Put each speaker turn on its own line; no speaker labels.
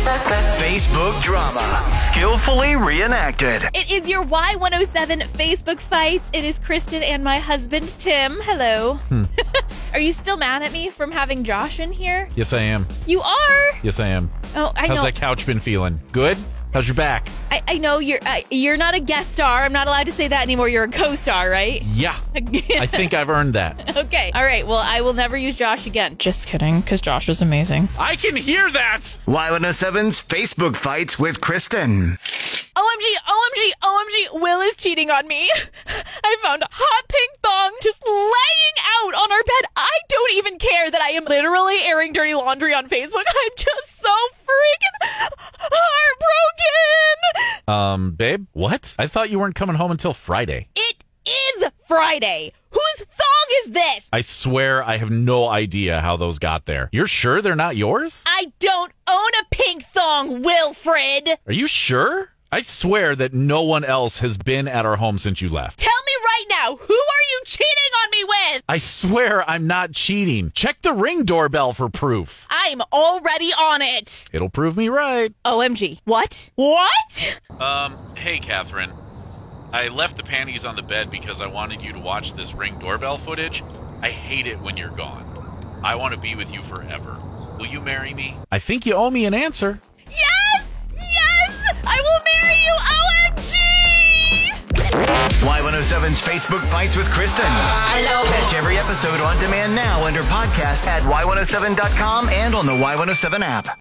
Facebook drama, skillfully reenacted.
It is your Y107 Facebook fights. It is Kristen and my husband, Tim. Hello.
Hmm.
are you still mad at me from having Josh in here?
Yes, I am.
You are.
Yes, I am.
Oh, I
How's
know.
that couch been feeling? Good. How's your back?
I, I know you're uh, you're not a guest star. I'm not allowed to say that anymore. You're a co-star, right?
Yeah. I think I've earned that.
okay. All right. Well, I will never use Josh again. Just kidding, because Josh is amazing.
I can hear that.
Y107's Facebook fights with Kristen.
OMG, OMG, OMG, Will is cheating on me. I found a hot pink thong just laying out on our bed. I don't even care that I am literally airing dirty laundry on Facebook. I'm just so freaking heartbroken.
Um, babe, what? I thought you weren't coming home until Friday.
It is Friday. Whose thong is this?
I swear I have no idea how those got there. You're sure they're not yours?
I don't own a pink thong, Wilfred.
Are you sure? I swear that no one else has been at our home since you left.
Tell me right now, who are you cheating on me with?
I swear I'm not cheating. Check the ring doorbell for proof.
I'm already on it.
It'll prove me right.
OMG. What? What?
Um, hey, Catherine. I left the panties on the bed because I wanted you to watch this ring doorbell footage. I hate it when you're gone. I want to be with you forever. Will you marry me? I think you owe me an answer.
Yes! Yes! I will marry you, OMG!
Y107's Facebook fights with Kristen. Catch every oh episode on demand now under podcast at y107.com and on the Y107 app.